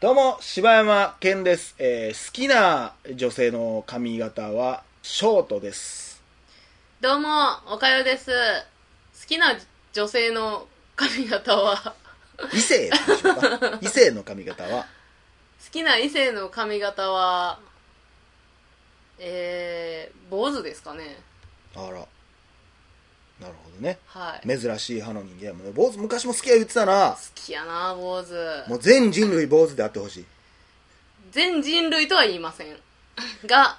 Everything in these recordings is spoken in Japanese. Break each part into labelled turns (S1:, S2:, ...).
S1: どうも、柴山健です。えー好きな女性の髪型は、ショートです。
S2: どうも、おかよです。好きな女性の髪型は、
S1: 異性でしょう か異性の髪型は、
S2: 好きな異性の髪型は、えー、坊主ですかね。
S1: あら。なるほどね。
S2: はい。好
S1: 珍しい派の人間やもんね。坊主昔も好きや言ってたな。
S2: きやな、坊主。
S1: もう全人類坊主であってほしい。
S2: 全人類とは言いません。が、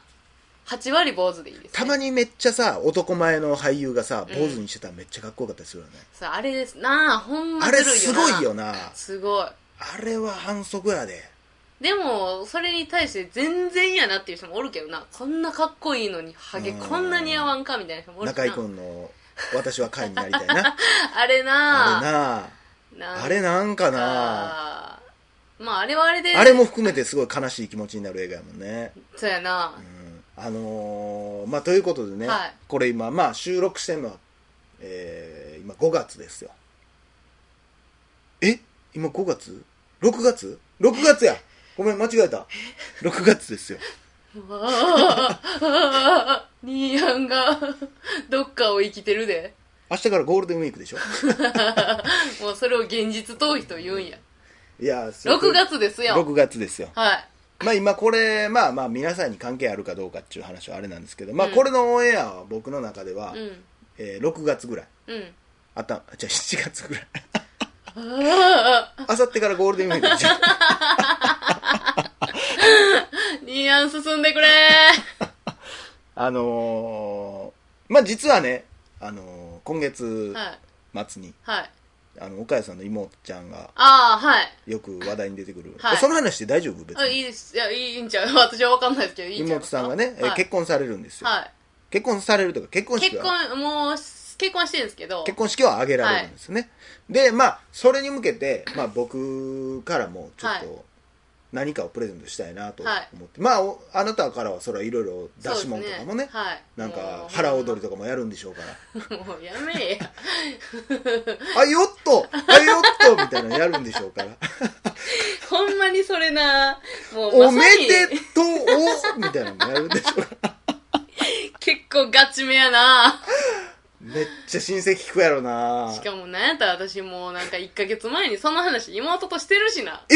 S2: 8割坊主でいいです、ね。
S1: たまにめっちゃさ、男前の俳優がさ、坊主にしてたらめっちゃかっこよかったりするよね。
S2: そうあれです。なあ、ほんま
S1: あ
S2: ず
S1: れ
S2: るいよな。
S1: すごいよな。あ
S2: すごい。
S1: れは反則やで。
S2: でも、それに対して全然やなっていう人もおるけどな。こんなかっこいいのに、ハゲ、
S1: うん
S2: こんな似合わんかみたいな人もおるしな
S1: 中居君の、私は会になりたいな。
S2: あれな
S1: あれな。
S2: なんか
S1: あれなんかな
S2: まああれはあれで
S1: あれも含めてすごい悲しい気持ちになる映画やもんね、
S2: そうやな
S1: う、ん、あのーまあということでね、
S2: はい
S1: これ今まあ収録してるのは、えー今5月ですよえ今5月 ?6 月 ?6 月やごめん間違えた6月ですよ
S2: うわあああニーヤンが どっかを生きてるで
S1: 明日からゴールデンウィークでしょ
S2: もうそれを現実逃避と言うんや
S1: いやそう
S2: 6月ですよ
S1: 6月ですよ
S2: はい
S1: まあ今これまあまあ皆さんに関係あるかどうかっていう話はあれなんですけどまあ
S2: うん
S1: これのオンエアは僕の中では、
S2: うん
S1: えー6月ぐらい
S2: うん
S1: あったじゃあ7月 ぐらい
S2: ああ
S1: あさってからゴールデンウィークじゃん
S2: ニーヤン進んでく れ
S1: あのー、まあ実はね、あのー今月
S2: はい
S1: 末に、
S2: はい
S1: あの岡谷さんの妹ちゃんが
S2: ああはい
S1: よく話題に出てくる、
S2: はい
S1: その話で大丈夫別
S2: あ
S1: に
S2: いいですいやいいんちゃう 私は分かんないですけどいいんちゃう
S1: 妹さんがね、えー
S2: はい、
S1: 結婚されるんですよ、
S2: は
S1: 結婚されるとか結婚
S2: い、
S1: 式
S2: 結
S1: は
S2: 婚もう結婚してるんですけど
S1: 結婚式は挙げられるんですね、でまあそれに向けて、まあ、僕からもちょっ
S2: は
S1: と何かをプレゼントしたいなと思っ
S2: はい
S1: て、まあおあなたからはそれはいろいろ出し
S2: そう
S1: 物
S2: で
S1: と
S2: す
S1: かもね
S2: はい、
S1: なん
S2: も
S1: か
S2: う
S1: 腹踊りとかもやるんでしょうから
S2: もうやめえや。
S1: あよっとあよっとみたいなのやるんでしょう から
S2: ほんまにそれな、もう
S1: お
S2: まさ
S1: め
S2: に
S1: でとうみたいなのやるんでしょ うから
S2: 結構ガチめやな。
S1: めっちゃ親戚聞くやろな
S2: しかもなんやったら私もうなんか1ヶ月前にその話妹としてるしな。
S1: え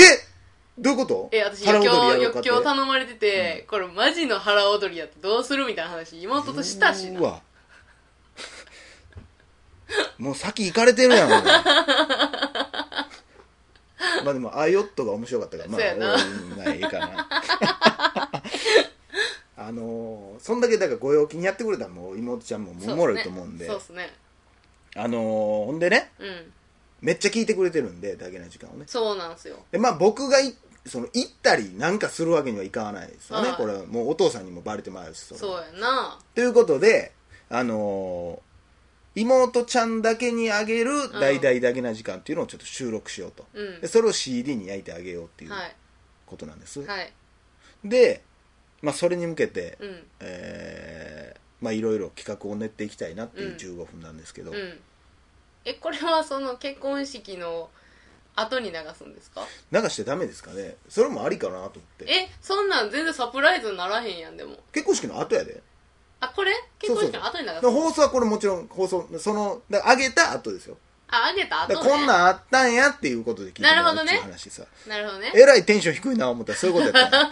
S1: どういうこと
S2: え、私
S1: 腹
S2: 余
S1: 踊り
S2: 興、
S1: やろうか
S2: 余
S1: って
S2: 興頼まれてて、これマジの腹踊りやってどうするみたいな話妹としたし
S1: う
S2: な。
S1: わもう先行かれてるや んまあでも「あよっと」が面白かったからまあ
S2: そうやな
S1: うんまあいいかな あのーそんだけだからご陽気にやってくれたらもう妹ちゃんもおもろいと思うんで、
S2: そうっすね。
S1: あのーほんでね
S2: そうっすねうん。
S1: めっちゃ聞いてくれてるんでだけな時間をね
S2: そうなんすよ。
S1: でまあ僕がいその行ったりなんかするわけにはいかないですよね、
S2: はい
S1: これはもうお父さんにもバレてまうしそれは
S2: そうやな。
S1: ということで、あのー妹ちゃんだけにあげる「大々だけな時間」っていうのをちょっと収録しようと、
S2: うん
S1: で。それを CD に焼いてあげようっていう
S2: はい。
S1: ことなんです、
S2: はい。
S1: で、まあ、それに向けて、
S2: うん。
S1: えーまあいろいろ企画を練っていきたいなっていう
S2: うん
S1: 15分なんですけど、
S2: うん。え、これはその結婚式の後に流すんですか
S1: 流してダメですかねそれもありかなと思って
S2: えそんなん全然サプライズにならへんやんでも
S1: 結婚式の後やで
S2: あこれ結婚式の後に流す
S1: だから放送はこれもちろん放送そのだからあげた後ですよ
S2: ああげた
S1: だ
S2: 後、
S1: から
S2: ね、
S1: こんなんあったんやっていうことで聞いてもらう
S2: なるほどね
S1: っていう話さ
S2: なるほどね
S1: えらいテンション低いな思ったらそういうことやったな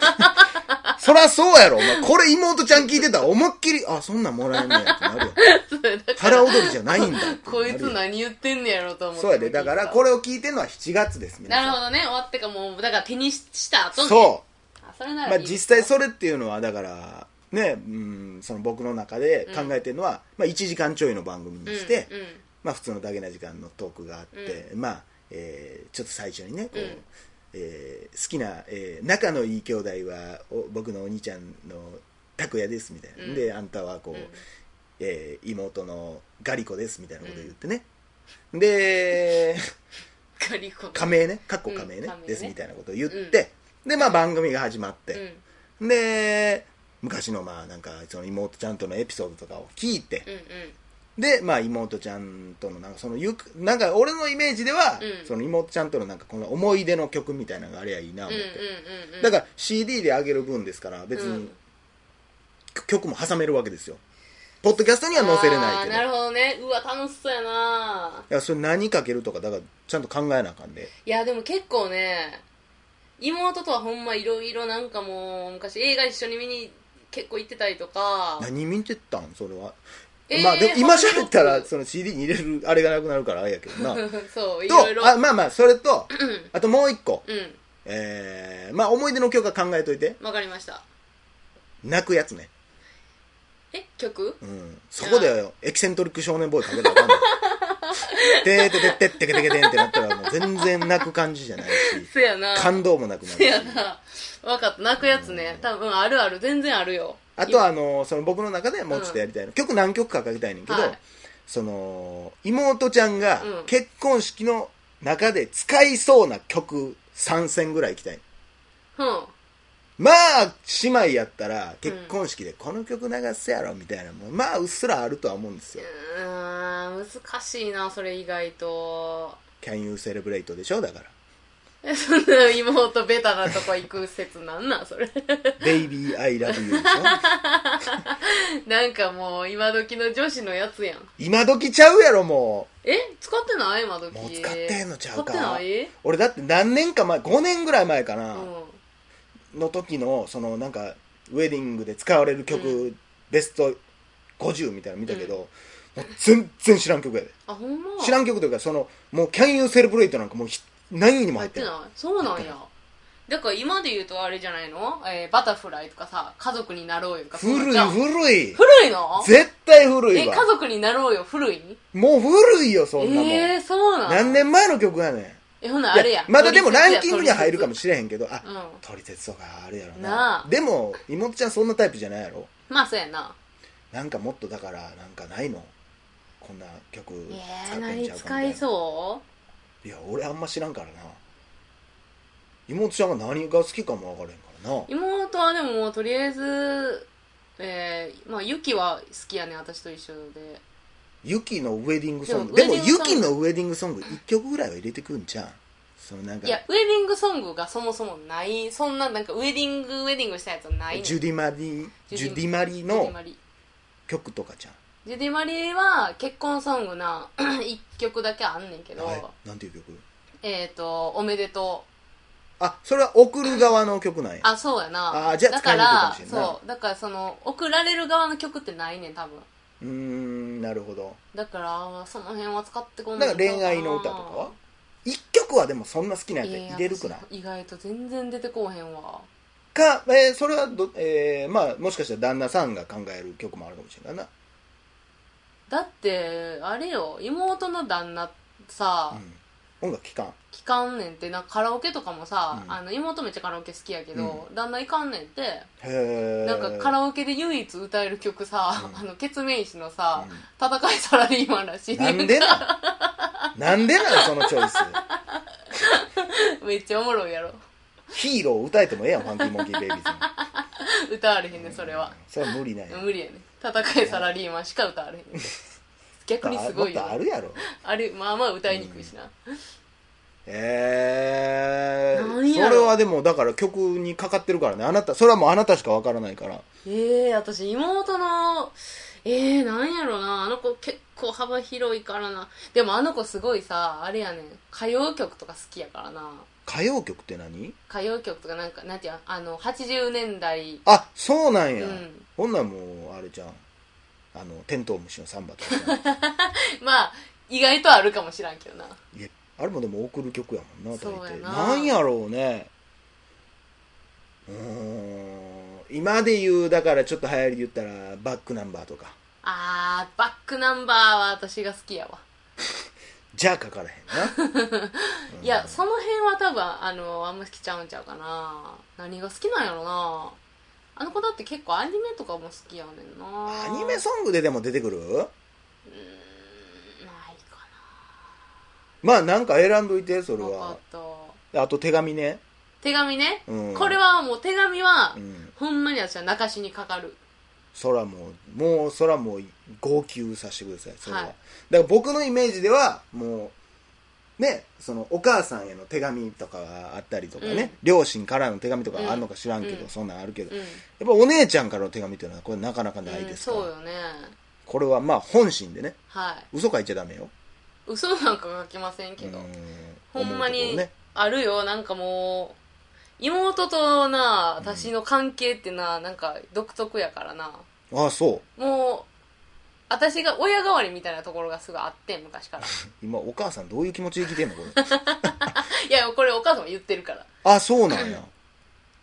S1: そらそうやろ、お前。これ妹ちゃん聞いてたら思いっきり、あ、そんなんもらえんねやってなるよ。
S2: そうだから
S1: 腹踊りじゃないんだってなるよ
S2: こいつ何言ってんねやろと思って
S1: そうやで。だからこれを聞いてるのは7月です、皆
S2: な
S1: さん
S2: るほどね終わってかもうだから手にした後ね
S1: そう
S2: あそれな
S1: う。
S2: ら
S1: まあ
S2: いい
S1: 実際それっていうのは、だから、ね、うん、その僕の中で考えてるのは、まあ1時間ちょいの番組にして、
S2: うんうん
S1: まあ普通のだけな時間のトークがあって、まあ、えーちょっと最初にね、こう、
S2: うん
S1: えー好きな、えー仲のいい兄弟はお僕のお兄ちゃんの拓也ですみたいな、
S2: うん
S1: であんたはこう、
S2: うん
S1: えー妹のガリコですみたいなこと言ってね、で
S2: ガリコ
S1: 仮名ねかっこ仮名ね,、
S2: うん仮名ね
S1: ですみたいなことを言って、でまあ番組が始まっ
S2: う
S1: て、
S2: ん
S1: で昔のまあなんかその妹ちゃんとのエピソードとかを聞いて、
S2: うんうん
S1: で、まあ、妹ちゃんとのなんかそのゆくなんか俺のイメージでは、
S2: うん
S1: その妹ちゃんとのなんかこの思い出の曲みたいなのがありゃいいな
S2: うん
S1: 思
S2: う
S1: っ
S2: ん
S1: て、
S2: うんうん
S1: だから CD で上げる分ですから別に、
S2: うん
S1: 曲も挟めるわけですよポッドキャストには載せれないけど
S2: あーなるほどねうわ楽しそうやない
S1: やそれ何かけるとかだからちゃんと考えなあかんで
S2: いやでも結構ね妹とはほんまいろいろなんかもう昔映画一緒に見に結構行ってたりとか
S1: 何見てたんそれは、
S2: えー
S1: まあでも今
S2: ハードロ
S1: 喋
S2: ック
S1: ったらその CD に入れるあれがなくなるからあれやけ どな
S2: そういろいろ
S1: とあまあまあそれと
S2: うん
S1: あともう一個
S2: う
S1: えー、まあ思い出の曲は考えといて
S2: んわかりました
S1: 泣くやつね、
S2: え曲
S1: うん、そこでエキセントリック少年ボーイかけたらあかんの てーててってってけてけてんってなったらもう全然泣く感じじゃ ないし
S2: せやな
S1: 感動もなくなる
S2: せ
S1: し
S2: やな分かった泣くやつね多分あるある全然あるよ
S1: あとはあのその僕の中でもうちょっとやりたいの、曲何曲かかけたいねんけど、
S2: はい
S1: その妹ちゃんが
S2: うん
S1: 結婚式の中で使いそうな曲3選ぐらいいきたい
S2: うん
S1: まあ姉妹やったら結婚式でこの曲流すやろみたいなもんまあうっすらあるとは思うんですよ
S2: うーん難しいなそれ以外と
S1: 「Can You Celebrate」でしょだから
S2: えそんな妹ベタなとこ行く説なんなんそれ
S1: 「Baby I Love You」でしょ
S2: なんかもう今時の女子のやつやん
S1: 今時ちゃうやろも
S2: え使ってない今時
S1: うもう使ってんのちゃうか
S2: 使ってない
S1: 俺だって何年か前5年ぐらい前かな、
S2: うん
S1: の時のそのなんかウェディングで使われる曲、ベスト50みたいなの見たけど、もう全然知らん曲やで
S2: あほんま
S1: 知ら
S2: ん
S1: ん曲というかそのもう「Can You Celebrate」なんかもうひ何位にも入
S2: 入っ
S1: ってて
S2: ない
S1: ない
S2: そうなん
S1: 入って
S2: やだから今で言うとあれじゃないの、えーバタフライとかさ家族になろうよとかそう
S1: 古
S2: ん
S1: い
S2: じゃん
S1: 古い
S2: 古いの
S1: 絶対古
S2: え
S1: い
S2: 家
S1: わ
S2: 族になろうよ古い
S1: もう古いよそんなもん、
S2: えー、そうなん
S1: 何年前の曲やねん
S2: えほなあれ
S1: い
S2: や
S1: まだでもランキングには入るかも
S2: し
S1: しれへんけどあ
S2: れない、うん、
S1: 取り鉄とかあるやろ
S2: なあ
S1: でも妹ちゃんそんなタイプじゃないやろ
S2: まあそうやな
S1: なんかもっとだからなんかないのこんな曲
S2: え
S1: 使っ
S2: ー、
S1: てん
S2: 何
S1: ちゃうかみた
S2: 使
S1: い
S2: い
S1: な
S2: そ
S1: いや俺あんま知らんからな妹ちゃんが何が好きかも分からへんからな
S2: う妹はでももうとりあえずえー、まあユキは好きやね私と一緒で
S1: ユキのウェディングソング
S2: で
S1: で
S2: も
S1: も
S2: ウェディン
S1: ユ
S2: グソング
S1: キのウェディングソング1曲ぐらいは入れてくんじゃんそのなんか
S2: いやウェディングソングがそもそもないそんななんかウェディングウェディングしたやつはないねん
S1: ジュディマリ
S2: ジ
S1: ジ
S2: ュ
S1: ュ
S2: デ
S1: デ
S2: ィ
S1: ィマリ
S2: ジュディ
S1: の
S2: マリ
S1: 曲とかじゃん
S2: ジュディマリは結婚ソングな 一曲だけあんねんけど、
S1: はいなんていう曲
S2: えっ、ー、と「おめでとう」
S1: あそれは送る側の曲なんや
S2: あそうやな
S1: あじゃあ
S2: だか
S1: 使いにくいからもしれんな
S2: そうだからその送られる側の曲ってないねん多分
S1: うーんなるほど
S2: だからその辺は使ってこ
S1: な
S2: な
S1: いんか恋愛の歌とかは1曲はでもそんな好きなんやったら入れるくない
S2: いや意外と全然出てこうへんわ
S1: か、えーそれはど、えーまあもしかしたら旦那さんが考える曲もあるかもしれんからな
S2: だってあれよ妹の旦那さ、
S1: うん、音楽聴かん
S2: 聞かんねんってなんかカラオケとかもさ、
S1: うん
S2: あの妹めっちゃカラオケ好きやけど、旦那行かんねんって
S1: へえ
S2: なんかカラオケで唯一歌える曲さ、
S1: うん
S2: あのケツメイシのさ、
S1: うん
S2: 戦いサラリーマンらしい
S1: なんでなんなんでなんそのチョイ
S2: めっちゃおもろいやろ
S1: スヒーロー歌えてもええやんファンキーモンキーベイビーズ
S2: 歌われへんねんそれは、
S1: それは無理ない
S2: 無理やねん戦いサラリーマンしか歌われへんねん逆にすごいよ
S1: もっとあるやろ
S2: あれまあまあ歌いにくいしな、
S1: ええ
S2: なん
S1: ー、そ
S2: やろ
S1: れはでもだから曲にかかってるからねあなたそれはもうあなたしかわからないから
S2: ええ私妹のええなんやろなあの子結構幅広いからなでもあの子すごいさあれやねん歌謡曲とか好きやからな
S1: 歌謡曲って何
S2: 歌謡曲とかなんかなんていうのあの80年代
S1: あそうなん
S2: う
S1: や、
S2: ん
S1: ほんならもうあれじゃんあのテントウムシのサンバとか じゃん
S2: まあ意外とあるかもしらんけどない
S1: やあれもでも送る曲やもんな大
S2: そうや
S1: 抵
S2: な
S1: なんやろうねうーん今で言うだからちょっと流行りで言ったらバックナンバーとか
S2: あーバックナンバーは私が好きやわ
S1: じゃあかからへ んな
S2: いやその辺は多分あのあんま好きちゃうんちゃうかな何が好きなんやろなあの子だって結構アニメとかも好きやねんな
S1: アニメソングででも出てくる
S2: ないかな
S1: まあなんか選んどいてそれ
S2: 分か
S1: は
S2: った
S1: あと手紙ね
S2: 手紙ね、
S1: うん
S2: これはもう手紙は、
S1: うん
S2: ほんまに私は泣かしにかかる
S1: そらもうもうそらもう号泣させてくださいそれは、
S2: はい
S1: だから僕のイメージではもうねそのお母さんへの手紙とかがあったりとかね、
S2: うん
S1: 両親からの手紙とかあるのか知らんけど、
S2: うん
S1: そんなんあるけど、
S2: うん
S1: やっぱお姉ちゃんからの手紙っていうのはこれなかなかないですから、
S2: うん、そうよね
S1: これはまあ本心でね
S2: はい
S1: 嘘書いちゃダメよ
S2: 嘘なんか書きませんけど、ほんま
S1: 思うところ
S2: に
S1: ね
S2: あるよなんかもう妹とな私の関係ってな、なんか独特やからな
S1: ああそう
S2: もう私が親代わりみたいなところがすごいあって昔 から
S1: 今お母さんどういう気持ちで来てんのこれ
S2: いやこれお母さんも言ってるから
S1: あそうなんや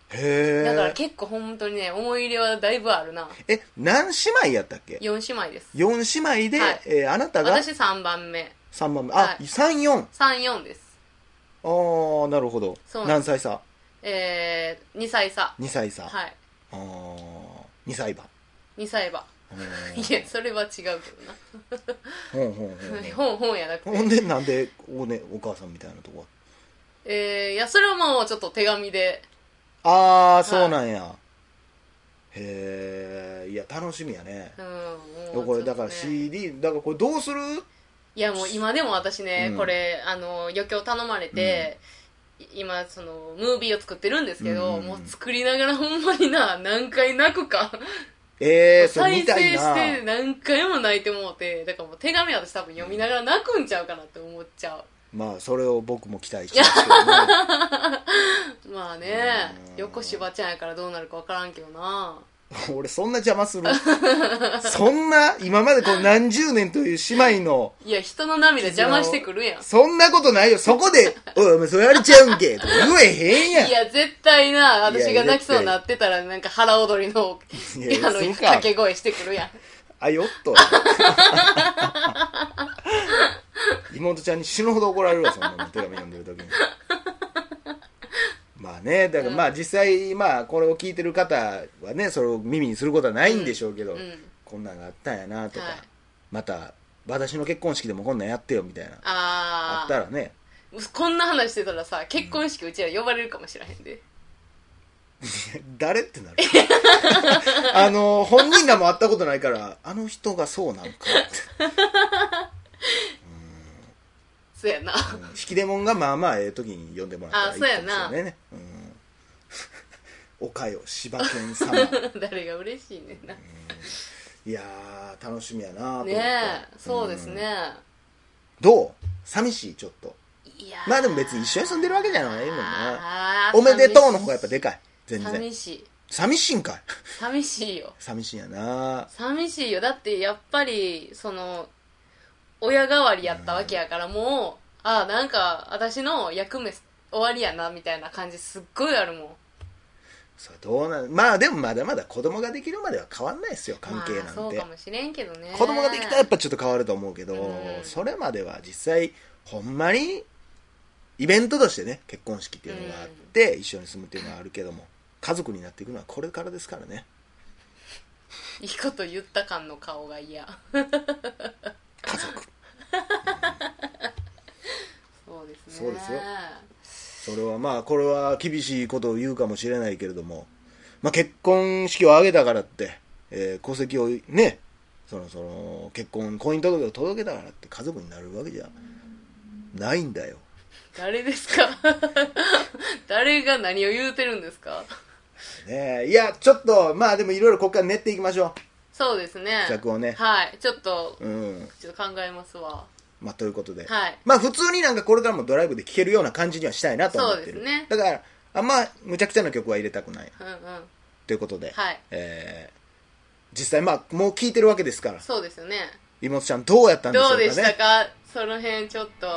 S1: へ
S2: だから
S1: え
S2: 結構本当にね思い入れはだいぶあるな
S1: え何姉妹やったっけ
S2: 4姉妹です
S1: 4姉妹で、
S2: はい
S1: えーあなたが
S2: 私3番目
S1: 3番目
S2: は
S1: あ
S2: い
S1: 三34
S2: 34です
S1: ああなるほど
S2: そうな
S1: 何
S2: んで
S1: 歳差
S2: えー、2歳差
S1: 2歳差、
S2: はい
S1: あー2歳馬
S2: 2歳馬
S1: うん
S2: いやそれは違うけどな
S1: ほんほんほんほん
S2: 本本やなくて
S1: ほんでなんでお,、ね、お母さんみたいなとこ
S2: えー、いやそれはまあちょっと手紙で
S1: ああそうなんや、へえいや楽しみやね
S2: うんもう
S1: これ
S2: ちょ
S1: だ
S2: っと
S1: から
S2: ね
S1: CD だからこれどうする
S2: いやもう今でも私ね、
S1: うん
S2: これあの余興頼まれて、い今そのムービーを作ってるんですけ
S1: う
S2: ど、
S1: んうんうん
S2: もう作りながらほんまにな何回泣くか、
S1: えー、それ
S2: 再
S1: 見たい
S2: 生
S1: な
S2: して何回も泣いてもうてだからもう手紙私多分読みながら泣くんちゃうかなって思っちゃ
S1: まあそれを僕も期待してますけどね
S2: うまあね
S1: うん
S2: 横芝ちゃんやからどうなるか分からんけどな
S1: 俺そんな邪魔するそんな今までこう何十年という姉妹の
S2: いや人の涙邪魔してくるやん
S1: そんなことないよそこで「おいお前それやれちゃうんけ」とか言えへんやん
S2: いや絶対な
S1: や
S2: 私が泣きそうになってたらなんか腹踊りの
S1: いやいや
S2: あの
S1: そうか
S2: 掛け声してくるやん
S1: あよっと妹ちゃんに死ぬほど怒られるわそんなの手紙読んでる時にまあねだからまあ実際まあこれを聞いてる方はねそれを耳にすることはないんでしょうけど、
S2: うんうん
S1: こんなんがあったんやなとか、
S2: はい
S1: また私の結婚式でもこんなんやってよみたいな
S2: あ
S1: あ
S2: あ
S1: ったらね
S2: こんな話してたらさ結婚式うちら呼ばれるかもしれへんで、
S1: 誰ってなる あの本人らも会ったことないからあの人がそうなのかって
S2: そうやな
S1: うん引き出物がまあまあええ時に呼んでもらったらいいかもしれないねうん、おかよ柴犬 様
S2: 誰が嬉しいねんな、
S1: いやー楽しみやなと思って
S2: ねえそうですね
S1: ん、どう寂しいちょっと
S2: いや
S1: まあでも別に一緒に住んでるわけじゃないもんねおめ
S2: ね
S1: でとうの方がやっぱでかい全然寂
S2: 寂
S1: し
S2: しい
S1: いんかい
S2: 寂しいよ
S1: 寂しいんやな
S2: 寂しいよだってやっぱりその親代わりやったわけやから、もうああなんか私の役目終わりやなみたいな感じすっごいあるもん
S1: さあどうなんまあでもまだまだ子供ができるまでは変わんないですよ関係
S2: まあ
S1: な
S2: そ
S1: ん
S2: う
S1: て、
S2: かもしれんけどね
S1: 子供ができたらやっぱちょっと変わると思うけど、
S2: うん
S1: それまでは実際ほんまにイベントとしてね結婚式っていうのがあって、一緒に住むっていうのはあるけども家族になっていくのはこれからですからね
S2: いいこと言った感の顔が嫌
S1: 家族
S2: そうですね
S1: そうですよそれはまあこれは厳しいことを言うかもしれないけれども、まあ、結婚式を挙げたからって、えー戸籍をねそのその結婚婚姻届を届けたからって家族になるわけじゃないんだよ
S2: 誰ですか誰が何を言うてるんですか
S1: ねえいやちょっとまあでもいろいろここから練っていきましょ
S2: そうですね
S1: 企画をね
S2: はいちょっと
S1: ううん
S2: ちょっと考えますわ
S1: まあということで、
S2: はい
S1: まあ普通になんかこれからもドライブで聴けるような感じにはしたいなと思ってる
S2: そうですね
S1: だからあんまむちゃくちゃな曲は入れたくない
S2: うんうん
S1: ということで、
S2: はい
S1: えー実際まあもう聴いてるわけですから
S2: そうですよね
S1: 妹ちゃんどうやったんでしょうか
S2: どう
S1: ね
S2: でしたかその辺ちょっと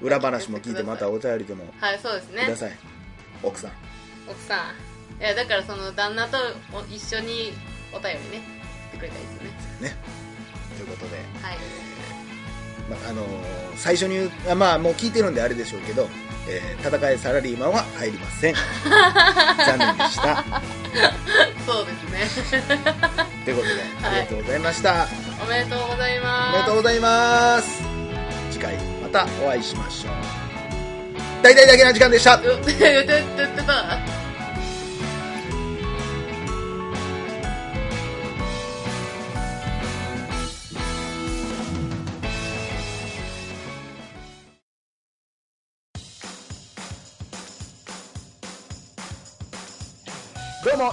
S1: 裏話も聞いてまたお便りでも
S2: はいそうです
S1: くだ
S2: ね
S1: さい、奥さん
S2: 奥さんいやだからその旦那とお一緒にお便りねしてくれたらいいですよね
S1: ねということで、
S2: はい
S1: まああのー最初に言うあまあもう聞いてるんであれでしょうけど、えー戦いサラリーマンは入りません 残念でした
S2: そうですね
S1: ということでありがとうございました、
S2: おめでとうござい
S1: お
S2: ます
S1: めでとうございます次回またお会いしましょう大体だけな時間でした
S2: う言って言ってた
S1: どうも